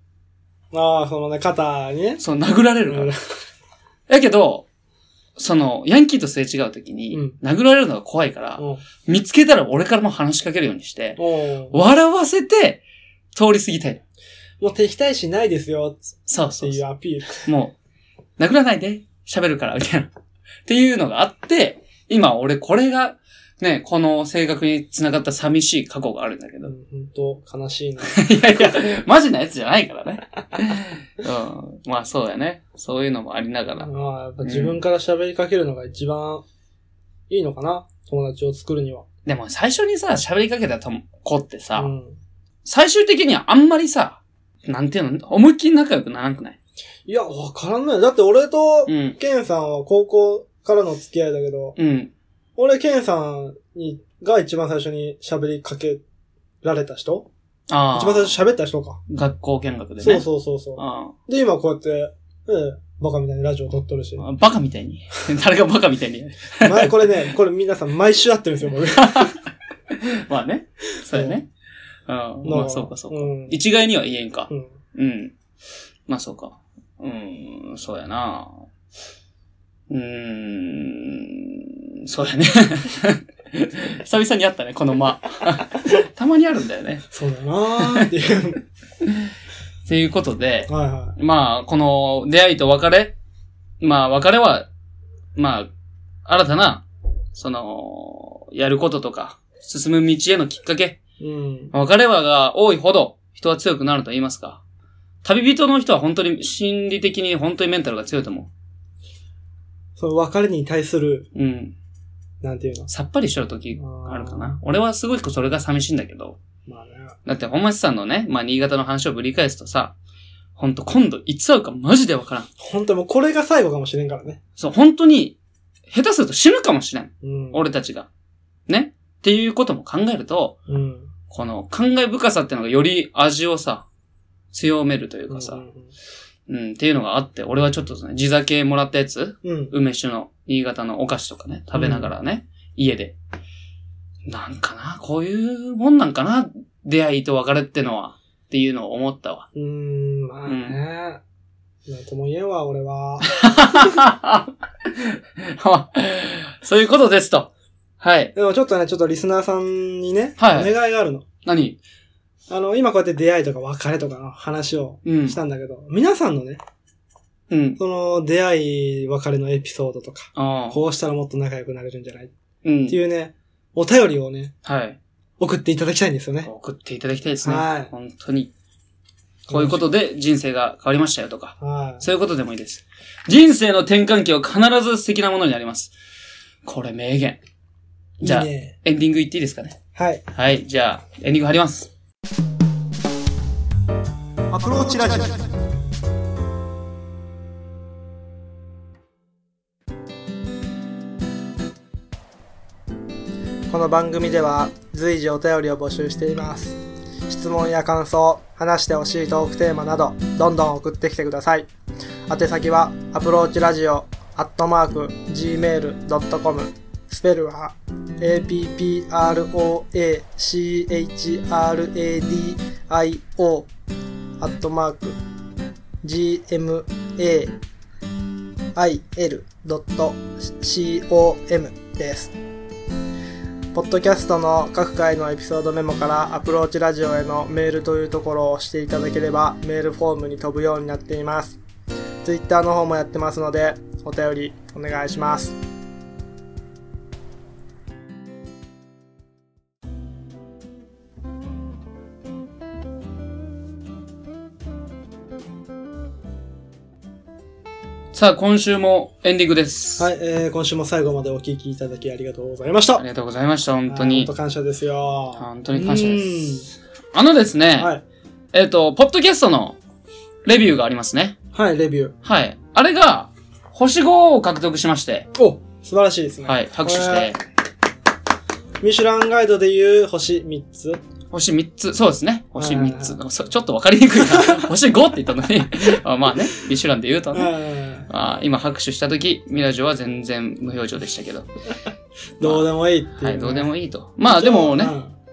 Speaker 2: ああ、そのね、肩にね。
Speaker 1: その殴られるのよ。やけど、その、ヤンキーとすれ違うときに、
Speaker 2: うん
Speaker 1: 殴られるのが怖いから、
Speaker 2: うん。
Speaker 1: 見つけたら俺からも話しかけるようにして、
Speaker 2: おう
Speaker 1: 笑わせて、通り過ぎたいの。
Speaker 2: もう敵対しないですよっ
Speaker 1: そう
Speaker 2: て
Speaker 1: そうそう
Speaker 2: いうアピール。
Speaker 1: もう、殴らないで、喋るから、みたいな。っていうのがあって、今俺これが、ね、この性格に繋がった寂しい過去があるんだけど。 *laughs*
Speaker 2: うん、本当悲しいな。
Speaker 1: いやいや、マジなやつじゃないからね。うん。まあそうだね。そういうのもありながら。
Speaker 2: まあ、やっぱ自分から喋りかけるのが一番いいのかな。友達を作るには。
Speaker 1: でも最初にさ、喋りかけたとも子ってさ、
Speaker 2: うん。
Speaker 1: 最終的にはあんまりさ、なんていうの、思いっきり仲良くならなくない
Speaker 2: いや、わからんない。だって俺と
Speaker 1: う、ん。
Speaker 2: ケンさんは高校からの付き合いだけど、
Speaker 1: うん。
Speaker 2: 俺、ケンさんに、が一番最初に喋りかけられた人
Speaker 1: ああ。
Speaker 2: 一番最初喋った人か。
Speaker 1: 学校見学でね。
Speaker 2: そうそうそうそ
Speaker 1: あ
Speaker 2: う。で、今こうやって、うん、バカみたいにラジオ撮っとるし。
Speaker 1: あ。バカみたいに。誰がバカみたいに。
Speaker 2: 前、これね、これ皆さん毎週会ってるんですよ、僕。
Speaker 1: *laughs* まあね。そうやね。うん。まあそうかそうか。
Speaker 2: うん。
Speaker 1: 一概には言えんか
Speaker 2: う。ん。
Speaker 1: うん。まあそうか。うん、そうやな。うーん、そうやね。 *laughs* 久々にあったね、 *laughs* この間。たまにあるんだよね。 *laughs*
Speaker 2: そうだなーっていう。
Speaker 1: っていうことで、
Speaker 2: はいは
Speaker 1: まあ、この出会いと別れ、まあ、別れは、まあ、新たな、その、やることとか、進む道へのきっかけ、
Speaker 2: い。うん。
Speaker 1: 別れはが多いほど人は強くなると言いますか、旅人の人は本当に心理的に本当にメンタルが強いと思
Speaker 2: その別れに対する、
Speaker 1: う。うん。
Speaker 2: なんていうの
Speaker 1: さっぱりしとる時があるかな。俺はすごくそれが寂しいんだけど、
Speaker 2: まあね。
Speaker 1: だって、本町さんのね、まあ、新潟の話をぶり返すとさ、ほんと、今度、いつ会うかマジでわからん。
Speaker 2: 本当にもうこれが最後かもしれんからね。
Speaker 1: そう、本当に、下手すると死ぬかもしれん。
Speaker 2: うん。
Speaker 1: 俺たちが。ねっていうことも考えると、
Speaker 2: うん。
Speaker 1: この、感慨深さってのがより味をさ、強めるという
Speaker 2: う
Speaker 1: か
Speaker 2: ん。
Speaker 1: さ、うん、っていうのがあって、俺はちょっとですね、地酒もらったやつ、
Speaker 2: うん。
Speaker 1: 梅酒の新潟のお菓子とかね、食べながらね、家で。なんかな、こういうもんなんかな、出会いと別れってのは、っていうのを思ったわ。 *laughs*
Speaker 2: うん。まあね。なんとも言えんわ、俺は。
Speaker 1: そういうことですと。はい。
Speaker 2: でもちょっとね、ちょっとリスナーさんにね、
Speaker 1: はい
Speaker 2: お願いがあるの。
Speaker 1: 何
Speaker 2: あの、今こうやって出会いとか別れとかの話を
Speaker 1: うん
Speaker 2: し。たんだけど、皆さんのね、
Speaker 1: うん。
Speaker 2: その出会い、別れのエピソードとか、
Speaker 1: ああ。
Speaker 2: こうしたらもっと仲良くなれるんじゃないっ
Speaker 1: うん
Speaker 2: て。いうね、お便りをね、
Speaker 1: はい。
Speaker 2: 送っていただきたいんですよね。
Speaker 1: 送っていただきたいですね。
Speaker 2: はい
Speaker 1: 本当に。こういうことで人生が変わりましたよとか。
Speaker 2: はい。
Speaker 1: そういうことでもいいです。人生の転換期は必ず素敵なものになります。これ名言。じゃあ、
Speaker 2: いいね。
Speaker 1: エンディングいっていいですかね。
Speaker 2: はい。
Speaker 1: はい。じゃあ、エンディング貼ります。
Speaker 2: アプローチラジオ。この番組では随時お便りを募集しています。質問や感想、話してほしいトークテーマなど、どんどん送ってきてください。宛先は、アプローチラジオ、アットマーク、gmail.com、スペルは、approachradio、アットマーク、gmail.com です。ポッドキャストの各回のエピソードメモからアプローチラジオへのメールというところを押していただければメールフォームに飛ぶようになっています。ツイッターの方もやってますのでお便りお願いします。
Speaker 1: さあ、今週もエンディングです。
Speaker 2: はい、えー、今週も最後までお聞きいただきありがとうございました。
Speaker 1: ありがとうございました。本当
Speaker 2: あー本
Speaker 1: に。
Speaker 2: 当感謝ですよ。
Speaker 1: 本当に感謝です。あのですね、
Speaker 2: うんはい。
Speaker 1: えっ、と、ポッドキャストのレビューがありますね。
Speaker 2: はい、レビュー。
Speaker 1: はい。あれが、星5を獲得しまして、
Speaker 2: お素晴らしいですね。
Speaker 1: はい、拍手して、
Speaker 2: ミシュランガイドでいう星3つ。
Speaker 1: 星3つ、そうですね、星3
Speaker 2: は
Speaker 1: つ
Speaker 2: い。
Speaker 1: そちょっとわかりにくいな。星5って言ったのに、 *laughs* あまあね、ミシュランで言うとね。
Speaker 2: うん
Speaker 1: あ今拍手したとき、ミラジョは全然無表情でしたけど。
Speaker 2: どうでもいいっていう、
Speaker 1: はい、どうでもいいと。まあでもね、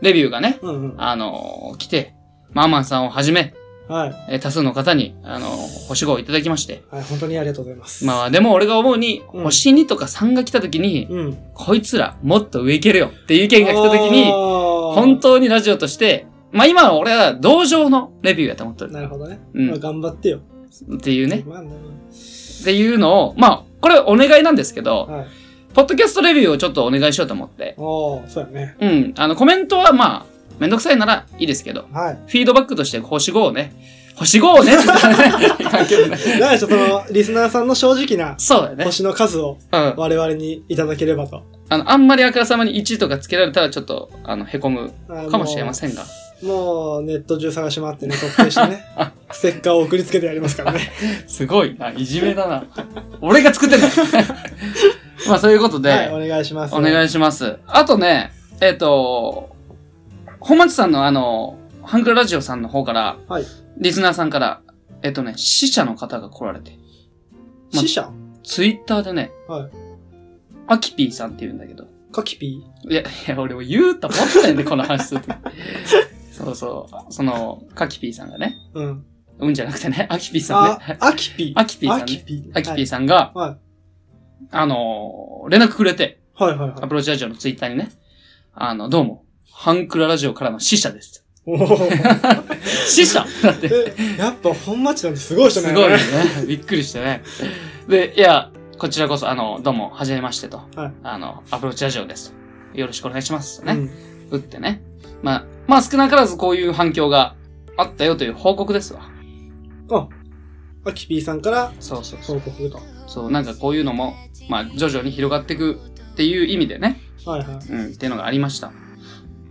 Speaker 1: レビューがね、
Speaker 2: うん。うんうん。
Speaker 1: あのー来て、まあアマンさんをはじめ、
Speaker 2: はい。
Speaker 1: えー多数の方に、あのー星5をいただきまして。
Speaker 2: はい、本当にありがとうございます。
Speaker 1: まあでも俺が思うに、
Speaker 2: うん
Speaker 1: 星2とか3が来たときに、
Speaker 2: うん。
Speaker 1: こいつらもっと上行けるよっていう意見が来た時に、本
Speaker 2: 本
Speaker 1: 当にラジオとして、まあ今は俺は同情のレビューやと思ってる。
Speaker 2: なるほどね。
Speaker 1: うん
Speaker 2: まあ、頑張ってよ。
Speaker 1: っていうね。
Speaker 2: まあね。
Speaker 1: っていうのを、まあ、これお願いなんですけど、
Speaker 2: はい。
Speaker 1: ポッドキャストレビューをちょっとお願いしようと思って。
Speaker 2: おー、そうやね。
Speaker 1: うん。あの、コメントはまあ、めんどくさいならいいですけど、 *laughs*
Speaker 2: はい。
Speaker 1: フィードバックとして星5をね、星5を *laughs* ね、みたいなね関係もない
Speaker 2: だからちょっとその、リスナーさんの正直な
Speaker 1: そうだよね。
Speaker 2: 星の数を
Speaker 1: うん。
Speaker 2: 我々にいただければと。
Speaker 1: あの、あんまりあからさまに1とかつけられたらちょっと、あの、凹むか
Speaker 2: か
Speaker 1: もしれませんが。
Speaker 2: ん。もう、ネット中探し回ってね、特
Speaker 1: *laughs*
Speaker 2: 定してね、ステッカーを送りつけてやりますからね。
Speaker 1: すごいな、いじめだな。俺が作ってる *laughs* まあそういうことで、
Speaker 2: はい、お願いします。
Speaker 1: お願いします。あとね、えっ、と、本町さんのあの、ハンクラジオさんの方から、
Speaker 2: はい
Speaker 1: リスナーさんから、えっ、とね、死者の方が来られて、ま
Speaker 2: 死者
Speaker 1: ツイッターでね、
Speaker 2: はい
Speaker 1: アキピーさんって言うんだけど、
Speaker 2: カキピ
Speaker 1: いや、いや、俺も言うと思ったん
Speaker 2: *laughs*
Speaker 1: で、この話するときそうそう、その、カキピーさんがね、
Speaker 2: ーうん。
Speaker 1: うんじゃなくてね、アキピーさん
Speaker 2: あ
Speaker 1: ね、、
Speaker 2: アキピー。
Speaker 1: アキピーさんね
Speaker 2: アキピー。
Speaker 1: アキピー
Speaker 2: さ
Speaker 1: さんが、
Speaker 2: ん。はい。
Speaker 1: あのー連絡くれて、
Speaker 2: はいはい
Speaker 1: ア
Speaker 2: は
Speaker 1: プローチラジオのツイッターにね、あの、どうも、ハンクララジオからの死者です。
Speaker 2: おー
Speaker 1: 死者だって。
Speaker 2: えやっぱ本町なんてすごい人な
Speaker 1: す
Speaker 2: ん
Speaker 1: ごい
Speaker 2: や
Speaker 1: よ
Speaker 2: ね
Speaker 1: ね。びっくりしてね。で、いや、こちらこそ、あの、どうも、はじめましてと。
Speaker 2: はい
Speaker 1: あの、アプローチラジオですと。よろしくお願いします。
Speaker 2: う
Speaker 1: ね。
Speaker 2: ん
Speaker 1: 打ってね。まあ、まあ少なからずこういう反響があったよという報告ですわ。
Speaker 2: あ、あキピーさんから
Speaker 1: そうそうそう。
Speaker 2: 報告と。
Speaker 1: そう、なんかこういうのも、まあ徐々に広がっていくっていう意味でね。
Speaker 2: はいは
Speaker 1: うん、っていうのがありました。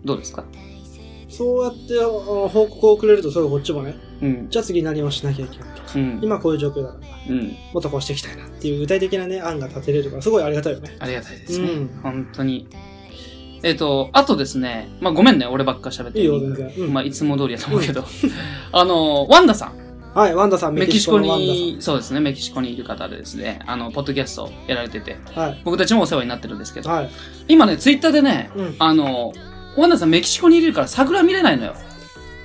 Speaker 1: どうですか
Speaker 2: い。そうやってあの報告をくれると、それこっちもね、
Speaker 1: うん。
Speaker 2: じゃあ次何をしなきゃいけないとか、
Speaker 1: うん。
Speaker 2: 今こういう状況だから、も
Speaker 1: うん。
Speaker 2: っとこうしていきたいなっていう具体的なね、案が立てれるから、すごいありがたいよね。
Speaker 1: ありがたいですね。
Speaker 2: うん
Speaker 1: 本当に。えっ、と、あとですね、まあごめんね、俺ばっか喋って。
Speaker 2: いいよ、全然。うん
Speaker 1: まあ、いつも通りやと思うけど。 *laughs* あの、ワンダさん。
Speaker 2: はい、ワンダさん、メ
Speaker 1: メ
Speaker 2: キ
Speaker 1: キ
Speaker 2: シ
Speaker 1: シ
Speaker 2: コ
Speaker 1: コ
Speaker 2: のワンダさん。
Speaker 1: に、そうですね、メキシコにいる方でですね、あの、ポッドキャストをやられてて、
Speaker 2: はい。
Speaker 1: 僕たちもお世話になってるんですけど、
Speaker 2: はい。
Speaker 1: 今ね、ツイッターでね、
Speaker 2: うん。
Speaker 1: あの、ワンダさんメキシコにいるから桜見れないのよ。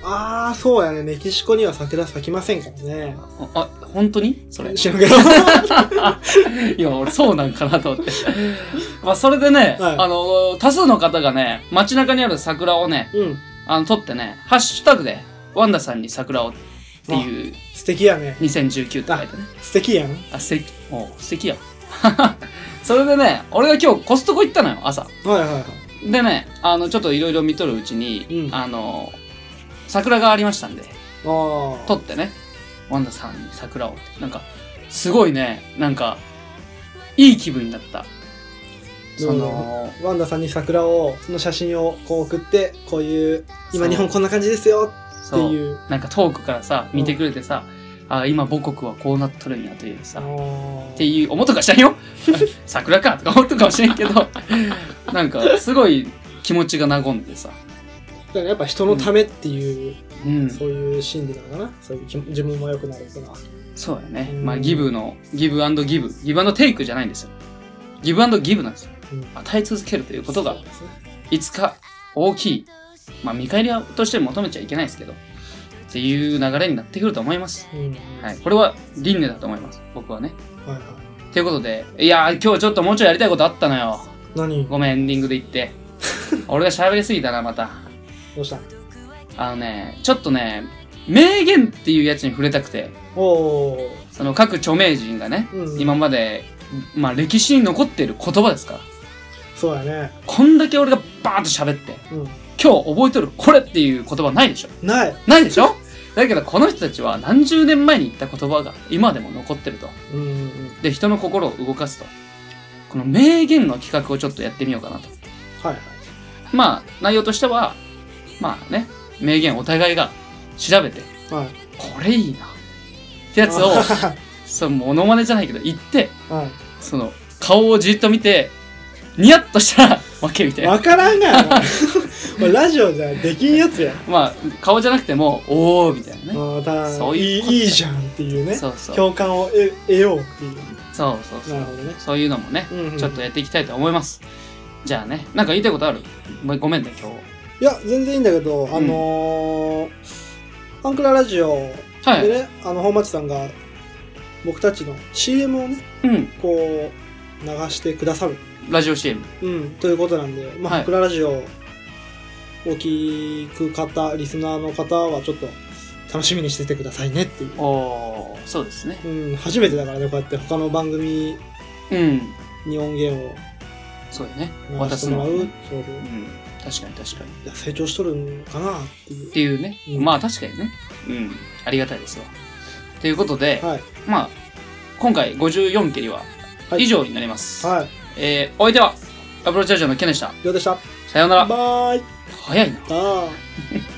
Speaker 2: あー、そうやね。メキシコには桜咲きませんからね。
Speaker 1: あ、あ本当にそれ。
Speaker 2: 知ら
Speaker 1: *laughs*
Speaker 2: んけど。
Speaker 1: いや、俺そうなんかなと思
Speaker 2: *laughs*
Speaker 1: って。まあ、それでね、
Speaker 2: はい
Speaker 1: あの、多数の方がね、街中にある桜をね、
Speaker 2: うん。
Speaker 1: あの、撮ってね、ハッシュタグで、ワンダさんに桜をっていう、
Speaker 2: 素敵やね。
Speaker 1: 2019って書いてね。
Speaker 2: 素敵やん。
Speaker 1: あ、素敵。おう素敵や。 *laughs* それでね、俺が今日コストコ行ったのよ、朝。
Speaker 2: はいはいはい。
Speaker 1: でね、あの、ちょっといろいろ見とるうちに、
Speaker 2: うん
Speaker 1: あの、桜がありましたんで、
Speaker 2: あー。
Speaker 1: 撮ってね、ワンダさんに桜を。なんか、すごいね、なんか、いい気分になった。その、
Speaker 2: ワンダさんに桜を、その写真をこう送って、こういう、今日本こんな感じですよって
Speaker 1: そう、
Speaker 2: いう。
Speaker 1: なんか遠くからさ、見てくれてさ、あ、今母国はこうなっとるんやというさ、
Speaker 2: あ
Speaker 1: って
Speaker 2: ー
Speaker 1: いう思っとかしたん
Speaker 2: *laughs*
Speaker 1: よ桜かとか思っとかもしれんけどなんかすごい気持ちが和んでさ、
Speaker 2: だからやっぱ人のためっていう、
Speaker 1: うん、
Speaker 2: そういう心理なのかな。そういう気も自分も良くなるっていうのは。
Speaker 1: そうだね
Speaker 2: うん
Speaker 1: まあギブのギブギブギブテイクじゃないんですよギブギブなんですよ
Speaker 2: うん
Speaker 1: 与え続けるということが
Speaker 2: そうですね
Speaker 1: いつか大きいまあ見返りとして求めちゃいけないですけどっていう流れになってくると思います、
Speaker 2: うん。
Speaker 1: はい、これは輪廻だと思います僕はね
Speaker 2: はいはい。
Speaker 1: ということでいやー今日ちょっともうちょいやりたいことあったのよ
Speaker 2: 何
Speaker 1: ごめんエンディングで言って
Speaker 2: *laughs*
Speaker 1: 俺が喋りすぎたなまた
Speaker 2: どうした
Speaker 1: あのね、ちょっとね、名言っていうやつに触れたくて、
Speaker 2: おー。
Speaker 1: その各著名人がね、
Speaker 2: うん
Speaker 1: 今まで、まあ歴史に残っている言葉ですから、
Speaker 2: そうやね。
Speaker 1: こんだけ俺がバーンと喋って、
Speaker 2: う
Speaker 1: 今日覚えとるこれっていう言葉ないでしょ
Speaker 2: ん。ない。
Speaker 1: ないでしょだけどこの人たちは何十年前に言った言葉が今でも残ってると。
Speaker 2: うんうんうん。
Speaker 1: で、人の心を動かすと。この名言の企画をちょっとやってみようかなと。
Speaker 2: はいはい。
Speaker 1: まあ内容としては、まあね、名言お互いが調べて、
Speaker 2: はい。
Speaker 1: これいいな。ってや
Speaker 2: *laughs*
Speaker 1: つを、そのモノマネじゃないけど行って
Speaker 2: は
Speaker 1: その顔をじっと見てニヤッとしたら負けみたい
Speaker 2: い。
Speaker 1: な
Speaker 2: わからんがやな。 *laughs* これラジオじゃできんやつや。
Speaker 1: まあ顔じゃなくてもおおみたいなね
Speaker 2: ああ、ただ
Speaker 1: そう
Speaker 2: い
Speaker 1: い
Speaker 2: いう
Speaker 1: ことだ
Speaker 2: いいじゃんっていうね。
Speaker 1: そうそうそう
Speaker 2: 共感を得得ようっていう。
Speaker 1: そうそう
Speaker 2: なるほどね。
Speaker 1: そういうのもね、
Speaker 2: うんうん
Speaker 1: ちょっとやっていきたいと思いますじゃあねなんか言いたいことあるごめんごめんね今日
Speaker 2: いや、全然いいんだけど、あのー、ファンクララジオで
Speaker 1: はい、
Speaker 2: ね、あの、本町さんが僕たちの CM をね、
Speaker 1: うん
Speaker 2: こう、流してくださる。
Speaker 1: ラジオ CM
Speaker 2: うん、ということなんで、まあ、
Speaker 1: はい
Speaker 2: ハクララジオを聞く方、リスナーの方はちょっと楽しみにしててくださいねっていう。
Speaker 1: おおーそうですね
Speaker 2: うん、初めてだからね、こうやって他の番組
Speaker 1: うん
Speaker 2: に音源を
Speaker 1: そうだね
Speaker 2: 流
Speaker 1: 渡
Speaker 2: して
Speaker 1: す
Speaker 2: も
Speaker 1: の
Speaker 2: ら
Speaker 1: は
Speaker 2: う。そう
Speaker 1: ね
Speaker 2: そう
Speaker 1: う
Speaker 2: い
Speaker 1: ん確かに確かに
Speaker 2: や、成長しとるんかなっていう
Speaker 1: っ。ていうね、
Speaker 2: うん
Speaker 1: まあ確かにねうんありがたいですわということで、
Speaker 2: はい。
Speaker 1: まあ、今回54蹴りは
Speaker 2: はい
Speaker 1: 以上になります。
Speaker 2: はい。
Speaker 1: えー、お相手は、アプローチャージャーのケンでした。
Speaker 2: どうでした
Speaker 1: さようなら。
Speaker 2: バーイ
Speaker 1: 早いな。
Speaker 2: あー